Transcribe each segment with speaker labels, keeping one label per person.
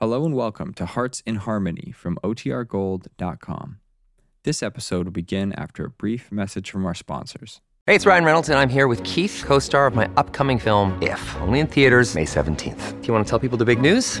Speaker 1: Hello and welcome to Hearts in Harmony from OTRGold.com. This episode will begin after a brief message from our sponsors.
Speaker 2: Hey, it's Ryan Reynolds, and I'm here with Keith, co star of my upcoming film, If, only in theaters, May 17th. Do you want to tell people the big news?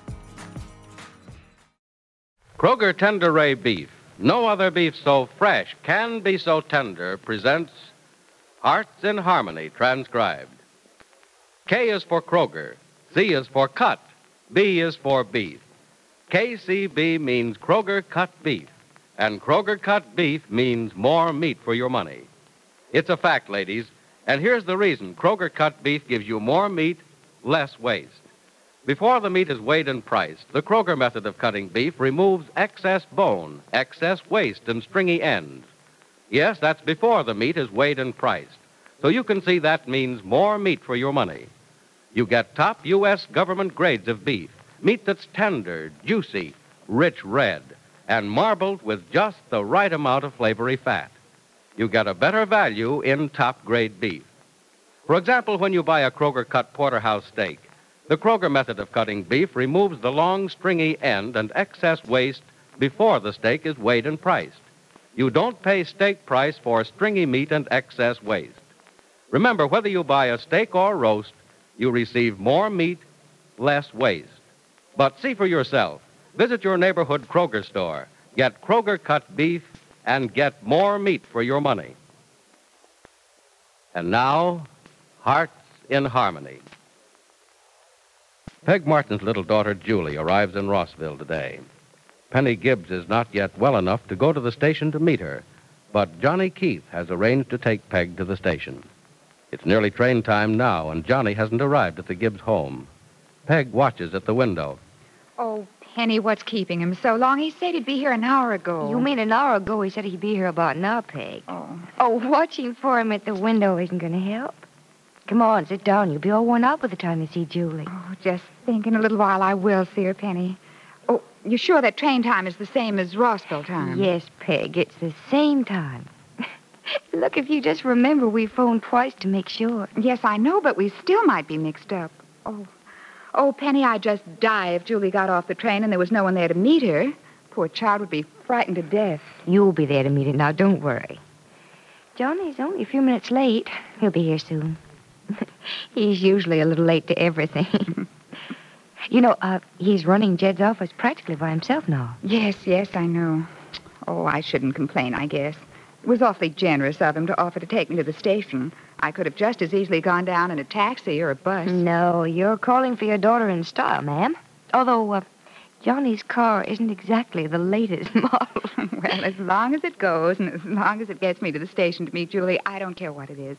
Speaker 3: Kroger Tender Ray Beef, no other beef so fresh can be so tender, presents Hearts in Harmony transcribed. K is for Kroger, C is for cut, B is for beef. KCB means Kroger cut beef, and Kroger cut beef means more meat for your money. It's a fact, ladies, and here's the reason Kroger cut beef gives you more meat, less waste. Before the meat is weighed and priced, the Kroger method of cutting beef removes excess bone, excess waste, and stringy ends. Yes, that's before the meat is weighed and priced. So you can see that means more meat for your money. You get top U.S. government grades of beef, meat that's tender, juicy, rich red, and marbled with just the right amount of flavory fat. You get a better value in top grade beef. For example, when you buy a Kroger cut porterhouse steak, the Kroger method of cutting beef removes the long, stringy end and excess waste before the steak is weighed and priced. You don't pay steak price for stringy meat and excess waste. Remember, whether you buy a steak or roast, you receive more meat, less waste. But see for yourself. Visit your neighborhood Kroger store, get Kroger cut beef, and get more meat for your money. And now, Hearts in Harmony. Peg Martin's little daughter, Julie, arrives in Rossville today. Penny Gibbs is not yet well enough to go to the station to meet her, but Johnny Keith has arranged to take Peg to the station. It's nearly train time now, and Johnny hasn't arrived at the Gibbs home. Peg watches at the window.
Speaker 4: Oh, Penny, what's keeping him so long? He said he'd be here an hour ago.
Speaker 5: You mean an hour ago he said he'd be here about now, Peg?
Speaker 4: Oh.
Speaker 5: Oh, watching for him at the window isn't going to help. Come on, sit down. You'll be all worn out by the time you see Julie.
Speaker 4: oh, just think in a little while I will see her, Penny. Oh, you sure that train time is the same as Rossville time?
Speaker 5: Yes, Peg, it's the same time. Look, if you just remember, we phoned twice to make sure.
Speaker 4: Yes, I know, but we still might be mixed up. Oh, oh, Penny, I'd just die if Julie got off the train and there was no one there to meet her. Poor child would be frightened to death.
Speaker 5: You'll be there to meet it now, don't worry. Johnny's only a few minutes late. He'll be here soon. he's usually a little late to everything. you know, uh, he's running Jed's office practically by himself now.
Speaker 4: Yes, yes, I know. Oh, I shouldn't complain, I guess. It was awfully generous of him to offer to take me to the station. I could have just as easily gone down in a taxi or a bus.
Speaker 5: No, you're calling for your daughter in style, ma'am. Although, uh, Johnny's car isn't exactly the latest model.
Speaker 4: well, as long as it goes and as long as it gets me to the station to meet Julie, I don't care what it is.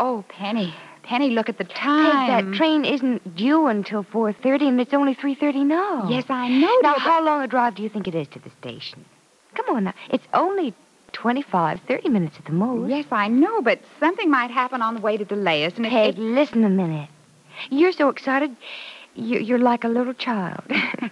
Speaker 4: Oh, Penny, Penny, look at the
Speaker 5: Peg,
Speaker 4: time.
Speaker 5: that train isn't due until 4.30, and it's only 3.30 now.
Speaker 4: Yes, I know.
Speaker 5: Now,
Speaker 4: dear,
Speaker 5: how long a drive do you think it is to the station? Come on now. It's only twenty-five, thirty minutes at the
Speaker 4: but-
Speaker 5: most.
Speaker 4: Yes, I know, but something might happen on the way to delay us, and it,
Speaker 5: Peg,
Speaker 4: it-
Speaker 5: listen a minute. You're so excited, you- you're like a little child.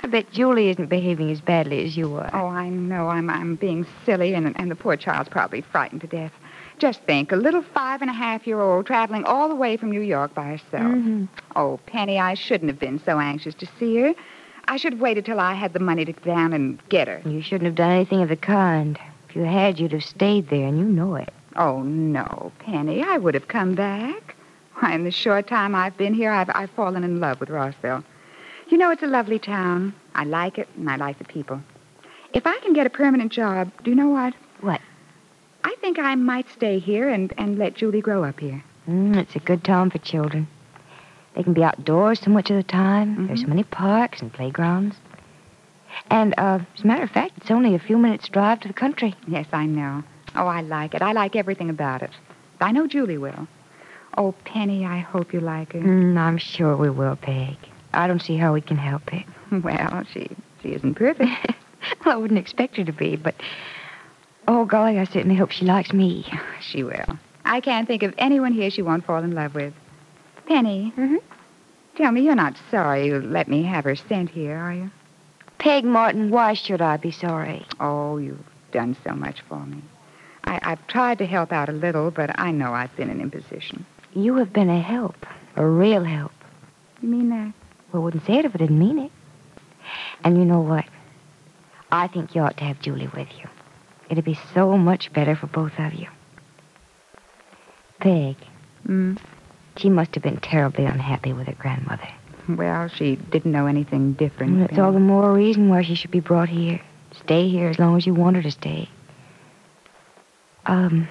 Speaker 5: I bet Julie isn't behaving as badly as you are.
Speaker 4: Oh, I know. I'm I'm being silly, and and the poor child's probably frightened to death. Just think, a little five and a half year old traveling all the way from New York by herself. Oh, Penny, I shouldn't have been so anxious to see her. I should have waited till I had the money to go down and get her.
Speaker 5: You shouldn't have done anything of the kind. If you had, you'd have stayed there, and you know it.
Speaker 4: Oh, no, Penny, I would have come back. Why, in the short time I've been here, I've, I've fallen in love with Rossville. You know, it's a lovely town. I like it, and I like the people. If I can get a permanent job, do you know what?
Speaker 5: What?
Speaker 4: I think I might stay here and, and let Julie grow up here.
Speaker 5: Mm, it's a good town for children. They can be outdoors so much of the time. There's so many parks and playgrounds. And, uh, as a matter of fact, it's only a few minutes' drive to the country.
Speaker 4: Yes, I know. Oh, I like it. I like everything about it. I know Julie will. Oh, Penny, I hope you like her.
Speaker 5: Mm, I'm sure we will, Peg. I don't see how we can help it.
Speaker 4: Well, she she isn't perfect.
Speaker 5: Well, I wouldn't expect her to be, but. Oh, golly, I certainly hope she likes me.
Speaker 4: Ah, she will. I can't think of anyone here she won't fall in love with. Penny.
Speaker 5: Mhm.
Speaker 4: Tell me, you're not sorry you let me have her sent here, are you?
Speaker 5: Peg Martin, why should I be sorry?
Speaker 4: Oh, you've done so much for me. I, I've tried to help out a little, but I know I've been an imposition.
Speaker 5: You have been a help, a real help.
Speaker 4: You mean that?
Speaker 5: Well, I wouldn't say it if I didn't mean it. And you know what? I think you ought to have Julie with you. It'd be so much better for both of you. Peg,
Speaker 4: Mm.
Speaker 5: she must have been terribly unhappy with her grandmother.
Speaker 4: Well, she didn't know anything different.
Speaker 5: And that's
Speaker 4: Penny.
Speaker 5: all the more reason why she should be brought here. Stay here as long as you want her to stay. Um,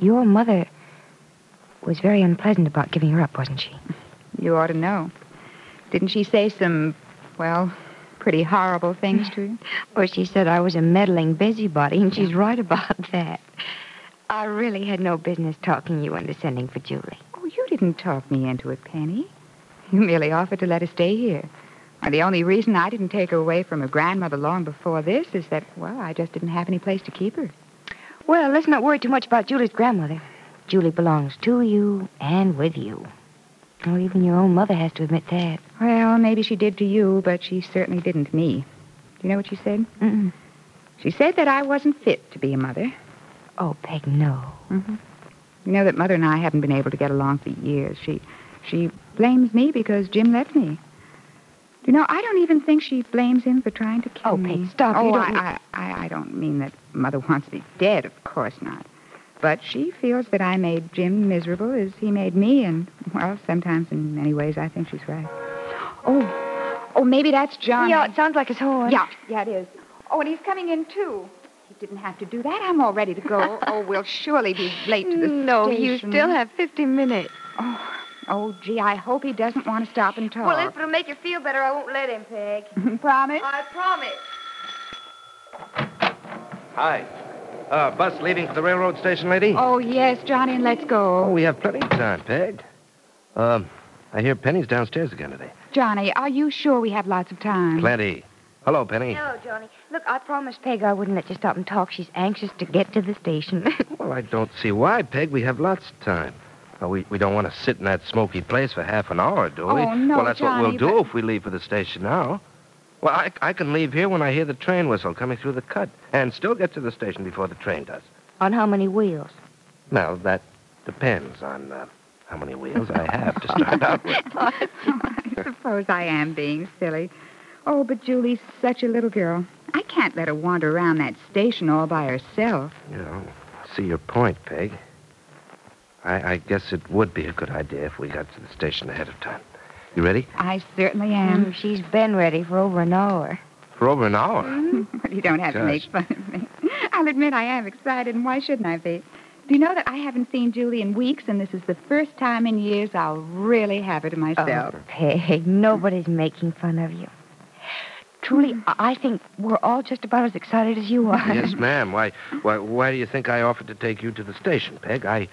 Speaker 5: your mother was very unpleasant about giving her up, wasn't she?
Speaker 4: You ought to know. Didn't she say some, well, pretty horrible things to you?
Speaker 5: Well, she said I was a meddling busybody, and she's right about that. I really had no business talking you into sending for Julie.
Speaker 4: Oh, you didn't talk me into it, Penny. You merely offered to let her stay here. Well, the only reason I didn't take her away from her grandmother long before this is that, well, I just didn't have any place to keep her.
Speaker 5: Well, let's not worry too much about Julie's grandmother. Julie belongs to you and with you. Oh, even your own mother has to admit that.
Speaker 4: Well, maybe she did to you, but she certainly didn't to me. Do you know what she said?
Speaker 5: Mm-mm.
Speaker 4: She said that I wasn't fit to be a mother.
Speaker 5: Oh, Peg, no.
Speaker 4: You know that Mother and I haven't been able to get along for years. She, she blames me because Jim left me. You know, I don't even think she blames him for trying to kill
Speaker 5: Oh,
Speaker 4: me.
Speaker 5: Peg, stop.
Speaker 4: Oh,
Speaker 5: You don't-
Speaker 4: I, I, I, I don't mean that Mother wants me dead. Of course not. But she feels that I made Jim miserable as he made me, and well, sometimes in many ways I think she's right. Oh, oh, maybe that's John.
Speaker 5: Yeah, it sounds like his horn.
Speaker 4: Yeah, yeah, it is. Oh, and he's coming in too. He didn't have to do that. I'm all ready to go. oh, we'll surely be late to the
Speaker 5: No,
Speaker 4: station.
Speaker 5: you still have 50 minutes.
Speaker 4: Oh, gee, I hope he doesn't want to stop and talk.
Speaker 5: it'll make you feel better, I won't let him, Peg.
Speaker 4: promise.
Speaker 5: I promise.
Speaker 3: Hi. Uh, bus leaving for the railroad station, lady?
Speaker 4: Oh yes, Johnny, and let's
Speaker 3: Oh,
Speaker 4: go.
Speaker 3: we have plenty of time, Peg. Um, I hear Penny's downstairs again today.
Speaker 4: Johnny, are you sure we have lots of time?
Speaker 3: Plenty. Hello, Penny.
Speaker 5: No, Johnny. Look, I promised Peg I wouldn't let you stop and talk. She's anxious to get to the station.
Speaker 3: Well, I don't see why, Peg. We have lots of time. Uh, we, we don't want to sit in that smoky place for half an hour, do we?
Speaker 4: Oh, no,
Speaker 3: well, that's what we'll
Speaker 4: Johnny,
Speaker 3: do
Speaker 4: but-
Speaker 3: if we leave for the station now. Well, I, I can leave here when I hear the train whistle coming through the cut and still get to the station before the train does.
Speaker 5: On how many wheels?
Speaker 3: Now, that depends on uh, how many wheels I have to start out with.
Speaker 4: I suppose I am being silly. Oh, but Julie's such a little girl. I can't let her wander around that station all by herself.
Speaker 3: You know, see your point, Peg. I, I guess it would be a good idea if we got to the station ahead of time. You ready?
Speaker 4: I certainly am.
Speaker 5: Mm, she's been ready for over an hour.
Speaker 3: For over an hour.
Speaker 4: Well, you don't have to make fun of me. I'll admit I am excited, and why shouldn't I be? Do you know that I haven't seen Julie in weeks, and this is the first time in years I'll really have her to
Speaker 5: Oh,
Speaker 4: myself.
Speaker 5: Peg, nobody's making fun of you. Truly, I I think we're all just about as excited as you are.
Speaker 3: yes, ma'am. Why, why, why do you think I offered to take you to the station, Peg? I,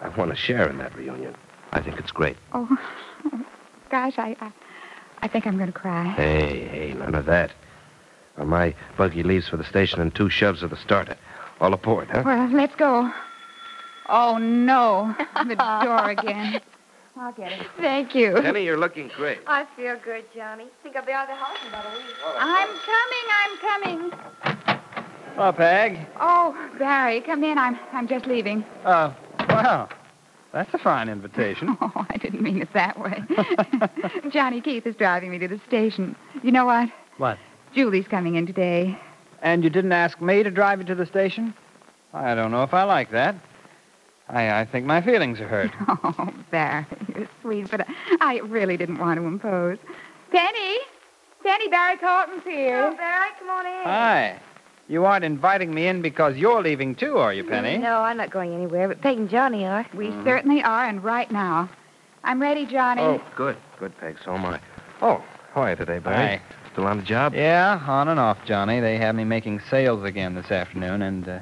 Speaker 3: I want to share in that reunion. I think it's great.
Speaker 4: Oh, gosh, I, I, I think I'm going to cry.
Speaker 3: Hey, hey, none of that. Well, my buggy leaves for the station in two shoves of the starter. All aboard, huh?
Speaker 4: Well, let's go. Oh no, the door again. I'll get it.
Speaker 5: Thank you.
Speaker 3: Penny, you're looking great.
Speaker 5: I feel good, Johnny. Think I'll be out of the house in about a
Speaker 4: I'm
Speaker 5: week.
Speaker 4: coming. I'm coming.
Speaker 6: Well, Peg.
Speaker 4: Oh, Barry, come in. I'm I'm just leaving.
Speaker 6: Uh, wow. That's a fine invitation.
Speaker 4: Oh, I didn't mean it that way. Johnny Keith is driving me to the station. You know what?
Speaker 6: What?
Speaker 4: Julie's coming in today.
Speaker 6: And you didn't ask me to drive you to the station? I don't know if I like that. I, I think my feelings are hurt.
Speaker 4: Oh, Barry, you're sweet, but I really didn't want to impose. Penny, Penny, Barry Colton's here.
Speaker 5: Barry, come on in.
Speaker 6: Hi. You aren't inviting me in because you're leaving too, are you, Penny?
Speaker 5: No, I'm not going anywhere, but Peg and Johnny are.
Speaker 4: We certainly are, and right now. I'm ready, Johnny.
Speaker 7: Oh, good, good, Peg. So am I. Oh, how are you today, Barry?
Speaker 6: Hi.
Speaker 7: Still on the job?
Speaker 6: Yeah, on and off, Johnny. They have me making sales again this afternoon, and uh,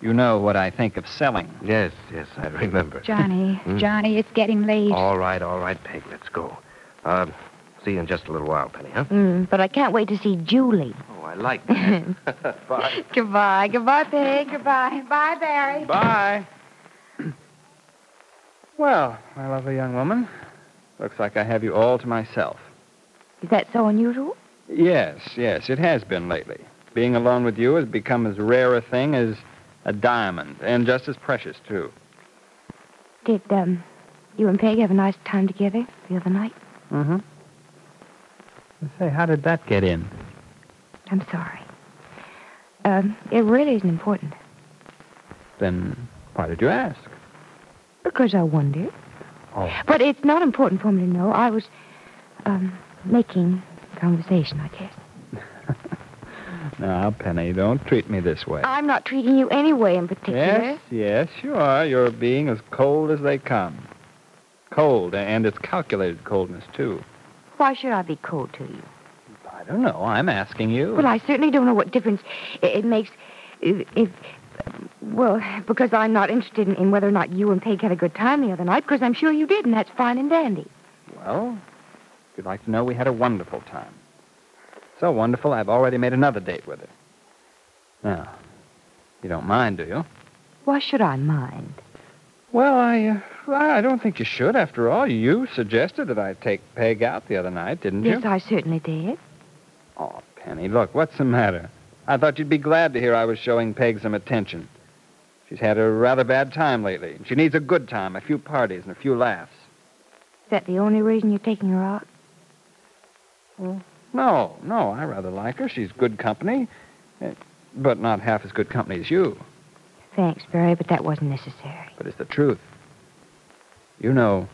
Speaker 6: you know what I think of selling.
Speaker 7: Yes, yes, I remember.
Speaker 4: Johnny,
Speaker 6: Mm.
Speaker 4: Johnny, it's getting late.
Speaker 7: All right, all right, Peg. Let's go. Uh, see you in just a little while, Penny, huh?
Speaker 5: Mm, but I can't wait to see Julie.
Speaker 7: Oh, I like that. Bye.
Speaker 5: Goodbye. Goodbye, Peg.
Speaker 4: Goodbye. Bye, Barry.
Speaker 6: Bye. well, my lovely young woman, looks like I have you all to myself.
Speaker 5: Is that so unusual?
Speaker 6: Yes, yes, it has been lately. Being alone with you has become as rare a thing as a diamond, and just as precious, too.
Speaker 5: Did um, you and Peg have a nice time together the other night?
Speaker 6: Mm-hmm. Say, how did that get in?
Speaker 5: I'm sorry. Um, it really isn't important.
Speaker 6: Then why did you ask?
Speaker 5: Because I wondered.
Speaker 6: Oh.
Speaker 5: But it's not important for me to know. I was um, making conversation, I guess.
Speaker 6: Now, Penny, don't treat me this way.
Speaker 5: I'm not treating you any way in particular.
Speaker 6: Yes, yes, you are. You're being as cold as they come. Cold, and it's calculated coldness, too.
Speaker 5: Why should I be cold to you?
Speaker 6: I don't know. I'm asking you.
Speaker 5: Well, I certainly don't know what difference it, it makes. If, if, well, because I'm not interested in, in whether or not you and Peg had a good time the other night, because I'm sure you did, and that's fine and dandy.
Speaker 6: Well, you'd like to know we had a wonderful time. So wonderful, I've already made another date with her. Now, you don't mind, do you?
Speaker 5: Why should I mind?
Speaker 6: Well, I, uh, I I don't think you should. After all, you suggested that I take Peg out the other night, didn't
Speaker 5: Yes,
Speaker 6: you?
Speaker 5: I certainly did.
Speaker 6: Oh, Penny, look, what's the matter? I thought you'd be glad to hear I was showing Peg some attention. She's had a rather bad time lately. and She needs a good time, a few parties and a few laughs.
Speaker 5: Is that the only reason you're taking her out?
Speaker 6: No, no, I rather like her. She's good company, eh, but not half as good company as you.
Speaker 5: Thanks, Barry, but that wasn't necessary.
Speaker 6: But it's the truth. You know,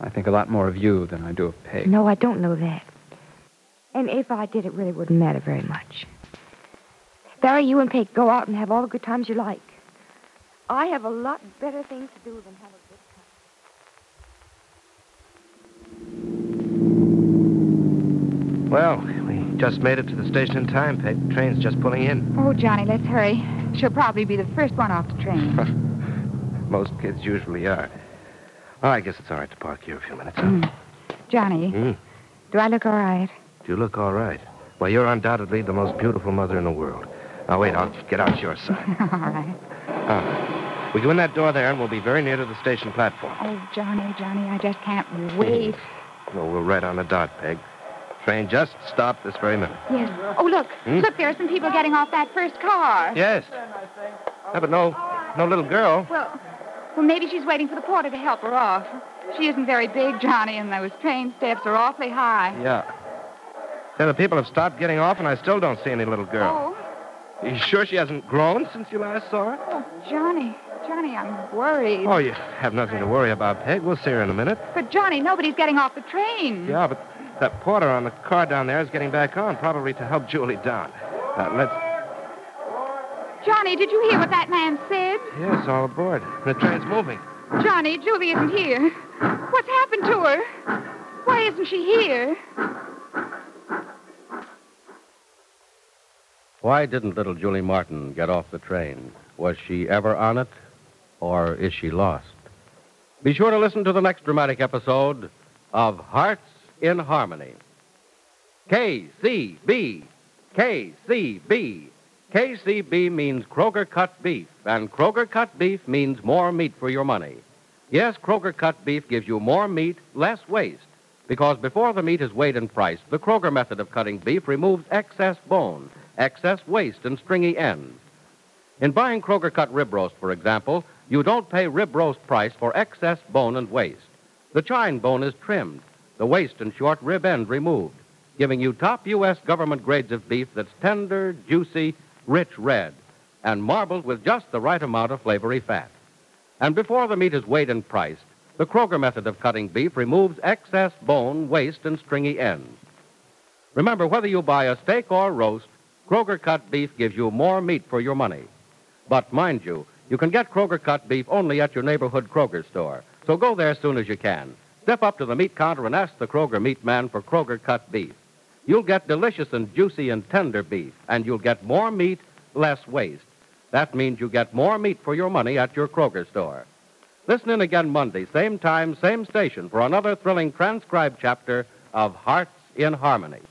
Speaker 6: I think a lot more of you than I do of Peg.
Speaker 5: No, I don't know that. And if I did, it really wouldn't matter very much. Barry, you and Peg go out and have all the good times you like. I have a lot better things to do than have a good time.
Speaker 7: Well, we just made it to the station in time, Peg. Train's just pulling in.
Speaker 4: Oh, Johnny, let's hurry. She'll probably be the first one off the train.
Speaker 7: Most kids usually are. Oh, I guess it's all right to park here a few minutes. Huh?
Speaker 4: Johnny,
Speaker 7: Hmm.
Speaker 4: do I look all right?
Speaker 7: You look all right. Well, you're undoubtedly the most beautiful mother in the world. Now, wait, I'll get out your side.
Speaker 4: all right.
Speaker 7: We go in that door there, and we'll be very near to the station platform.
Speaker 4: Oh, Johnny, Johnny, I just can't wait.
Speaker 7: Well, we're right on the dot, Peg. Train just stopped this very minute.
Speaker 4: Yes. Oh, look.
Speaker 7: Hmm?
Speaker 4: Look, there are some people getting off that first car.
Speaker 7: Yes. Yeah, but no, no little girl.
Speaker 4: Well, well, maybe she's waiting for the porter to help her off. She isn't very big, Johnny, and those train steps are awfully high.
Speaker 7: Yeah. Say, the people have stopped getting off, and I still don't see any little girl.
Speaker 4: Oh,
Speaker 7: You sure she hasn't grown since you last saw her?
Speaker 4: Johnny, Johnny, I'm worried.
Speaker 7: Oh, you have nothing to worry about, Peg. We'll see her in a minute.
Speaker 4: But, Johnny, nobody's getting off the train.
Speaker 7: Yeah, but that porter on the car down there is getting back on, probably to help Julie down. Now, let's.
Speaker 4: Johnny, did you hear what that man said?
Speaker 7: Yes, all aboard. The train's moving.
Speaker 4: Johnny, Julie isn't here. What's happened to her? Why isn't she here?
Speaker 3: Why didn't little Julie Martin get off the train? Was she ever on it, or is she lost? Be sure to listen to the next dramatic episode of Hearts in Harmony. KCB, KCB. KCB means Kroger cut beef, and Kroger cut beef means more meat for your money. Yes, Kroger cut beef gives you more meat, less waste, Because before the meat is weighed and priced, the Kroger method of cutting beef removes excess bone, excess waste, and stringy ends. In buying Kroger cut rib roast, for example, you don't pay rib roast price for excess bone and waste. The chine bone is trimmed, the waist and short rib end removed, giving you top U.S. government grades of beef that's tender, juicy, rich red, and marbled with just the right amount of flavory fat. And before the meat is weighed and priced, the Kroger method of cutting beef removes excess bone, waste, and stringy ends. Remember, whether you buy a steak or roast, Kroger cut beef gives you more meat for your money. But mind you, you can get Kroger cut beef only at your neighborhood Kroger store. So go there as soon as you can. Step up to the meat counter and ask the Kroger meat man for Kroger cut beef. You'll get delicious and juicy and tender beef, and you'll get more meat, less waste. That means you get more meat for your money at your Kroger store. Listen in again Monday, same time, same station, for another thrilling transcribed chapter of Hearts in Harmony.